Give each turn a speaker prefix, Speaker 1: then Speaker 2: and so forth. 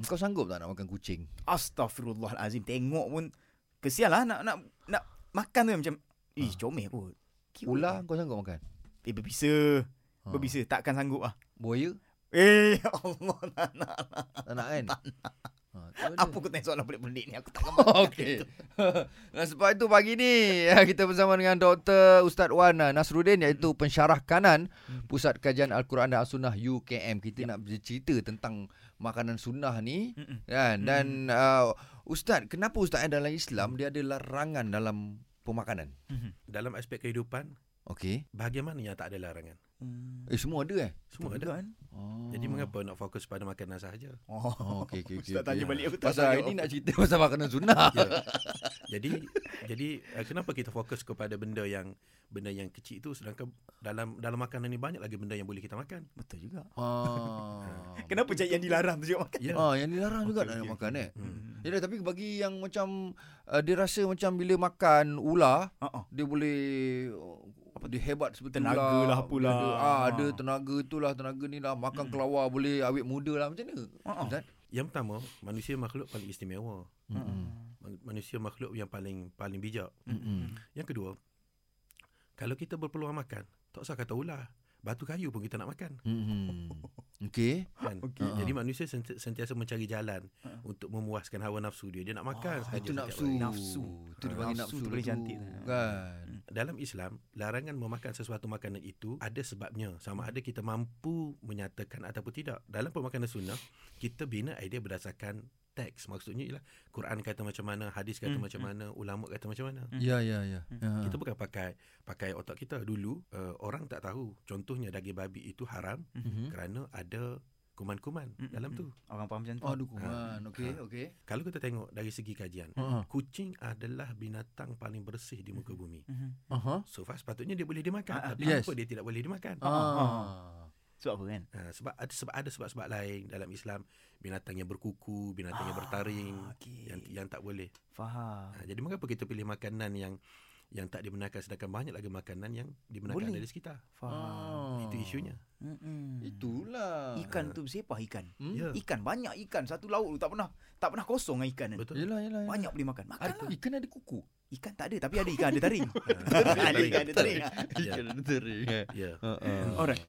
Speaker 1: kau sanggup tak nak makan kucing?
Speaker 2: Astaghfirullahalazim. Tengok pun kesian lah nak nak nak makan tu macam ih comel kot. Cute
Speaker 1: Ular
Speaker 2: lah.
Speaker 1: kau sanggup makan?
Speaker 2: Eh berbisa.
Speaker 1: Ha.
Speaker 2: Berbisa takkan sanggup ah.
Speaker 1: Buaya?
Speaker 2: Eh Allah nak nak.
Speaker 1: Tak nak kan? Ha, tak boleh.
Speaker 2: Apa kau tanya soalan pelik-pelik ni aku tak faham.
Speaker 1: Okey. Dan sebab itu pagi ni eh, kita bersama dengan Dr. Ustaz Wan eh, Nasruddin iaitu pensyarah kanan Pusat Kajian Al-Quran dan As-Sunnah UKM. Kita nak bercerita tentang makanan sunnah ni
Speaker 2: Mm-mm.
Speaker 1: kan dan uh, ustaz kenapa ustaz eh, dalam Islam dia ada larangan dalam pemakanan?
Speaker 3: Dalam aspek kehidupan,
Speaker 1: Okey.
Speaker 3: bahagian mana yang tak ada larangan?
Speaker 2: Hmm.
Speaker 1: Eh semua ada eh?
Speaker 3: Semua ada.
Speaker 2: Kan?
Speaker 1: Oh.
Speaker 3: Jadi mengapa nak fokus pada makanan sahaja?
Speaker 2: Oh.
Speaker 1: Oh, okey okey okey.
Speaker 2: Ustaz tanya
Speaker 1: okey.
Speaker 2: balik aku tak
Speaker 1: Pasal
Speaker 2: tahu.
Speaker 1: hari ni nak cerita pasal makanan sunnah.
Speaker 3: Ya. jadi jadi eh, kenapa kita fokus kepada benda yang benda yang kecil itu sedangkan dalam dalam makanan ni banyak lagi benda yang boleh kita makan.
Speaker 2: Betul juga.
Speaker 1: Ha.
Speaker 2: Kenapa cak yang dilarang tu juga makan?
Speaker 3: Ya.
Speaker 1: Ah, yang dilarang juga
Speaker 3: Okey,
Speaker 1: nak
Speaker 3: okey,
Speaker 1: makan eh.
Speaker 3: Hmm.
Speaker 1: Ya dah, tapi bagi yang macam uh, dia rasa macam bila makan ular
Speaker 2: Ha ah.
Speaker 1: dia boleh oh, apa dia hebat seperti
Speaker 2: Tenaga
Speaker 1: ular.
Speaker 2: lah apalah.
Speaker 1: Dia Ada, ah,
Speaker 2: Ha.
Speaker 1: ada tenaga tu lah, tenaga ni lah, makan kelawar boleh awet muda lah macam mana?
Speaker 2: Ha ah.
Speaker 1: Ustaz?
Speaker 3: Yang pertama, manusia makhluk paling istimewa.
Speaker 2: Hmm,
Speaker 1: Mm-mm.
Speaker 3: Man- Manusia makhluk yang paling paling bijak.
Speaker 2: Hmm,
Speaker 1: Mm-mm.
Speaker 3: Yang kedua, kalau kita berpeluang makan, tak usah kata ular. Batu kayu pun kita nak makan.
Speaker 1: Mm-mm. Okey.
Speaker 3: Kan?
Speaker 2: Okey.
Speaker 3: Jadi manusia senti- sentiasa mencari jalan
Speaker 2: Ha.
Speaker 3: untuk memuaskan hawa nafsu dia. Dia nak
Speaker 1: Ah,
Speaker 3: makan sahaja
Speaker 1: itu
Speaker 3: setiap
Speaker 1: nafsu.
Speaker 3: hari.
Speaker 2: Nafsu.
Speaker 1: Itu dia
Speaker 3: Ah,
Speaker 1: panggil
Speaker 2: nafsu
Speaker 1: nafsu
Speaker 2: tu paling cantik lah.
Speaker 1: Kan.
Speaker 3: Dalam Islam, larangan memakan sesuatu makanan itu ada sebabnya. Sama ada kita mampu menyatakan ataupun tidak. Dalam pemakanan sunnah, kita bina idea berdasarkan teks. Maksudnya ialah Quran kata macam mana, hadis kata
Speaker 2: Hmm,
Speaker 3: macam
Speaker 2: hmm.
Speaker 3: mana, ulama kata macam mana.
Speaker 2: Hmm.
Speaker 1: Ya ya ya.
Speaker 2: Hmm.
Speaker 1: Ha.
Speaker 3: Kita bukan pakai pakai otak kita dulu. Uh, orang tak tahu. Contohnya daging babi itu haram
Speaker 1: Mhm.
Speaker 3: kerana ada kuman-kuman
Speaker 2: Mm-mm.
Speaker 3: dalam tu.
Speaker 2: Orang faham macam tu.
Speaker 1: Oh dukungan. Okey
Speaker 3: Ha.
Speaker 1: okey.
Speaker 3: Kalau kita tengok dari segi kajian,
Speaker 1: Ha.
Speaker 3: kucing adalah binatang paling bersih di muka bumi.
Speaker 2: Mhm.
Speaker 1: Aha.
Speaker 3: So far sepatutnya dia boleh dimakan,
Speaker 2: Ah, ah,
Speaker 3: tapi
Speaker 1: yes.
Speaker 3: kenapa dia tidak boleh dimakan?
Speaker 1: Ah.
Speaker 2: Sebab apa kan?
Speaker 3: Ha, sebab ada sebab ada sebab-sebab lain dalam Islam binatang yang berkuku,
Speaker 2: Ah,
Speaker 3: binatang yang bertaring
Speaker 2: okey.
Speaker 3: yang yang tak boleh.
Speaker 2: faham.
Speaker 3: Ha, jadi mengapa kita pilih makanan yang yang tak dibenarkan sedangkan banyak lagi makanan yang dibenarkan
Speaker 2: Boleh.
Speaker 3: dari sekitar.
Speaker 2: Faham. Hmm,
Speaker 1: Ah.
Speaker 3: Itu isunya.
Speaker 2: Mm-mm.
Speaker 1: Itulah.
Speaker 2: Ikan tu bersepah ikan.
Speaker 1: Hmm?
Speaker 3: Ya.
Speaker 2: Ikan banyak ikan satu laut tu tak pernah tak pernah kosong dengan ikan kan.
Speaker 3: Betul.
Speaker 1: Yelah, yelah, yelah.
Speaker 2: Banyak boleh makan. lah.
Speaker 1: Ada,
Speaker 2: Makanlah.
Speaker 1: ikan ada kuku.
Speaker 2: Ikan tak ada tapi ada kan? ikan ada taring.
Speaker 3: Ha,
Speaker 2: ada ikan ada taring.
Speaker 3: Ya.
Speaker 1: ada teri.
Speaker 3: Ya.
Speaker 1: Ha.
Speaker 2: Alright.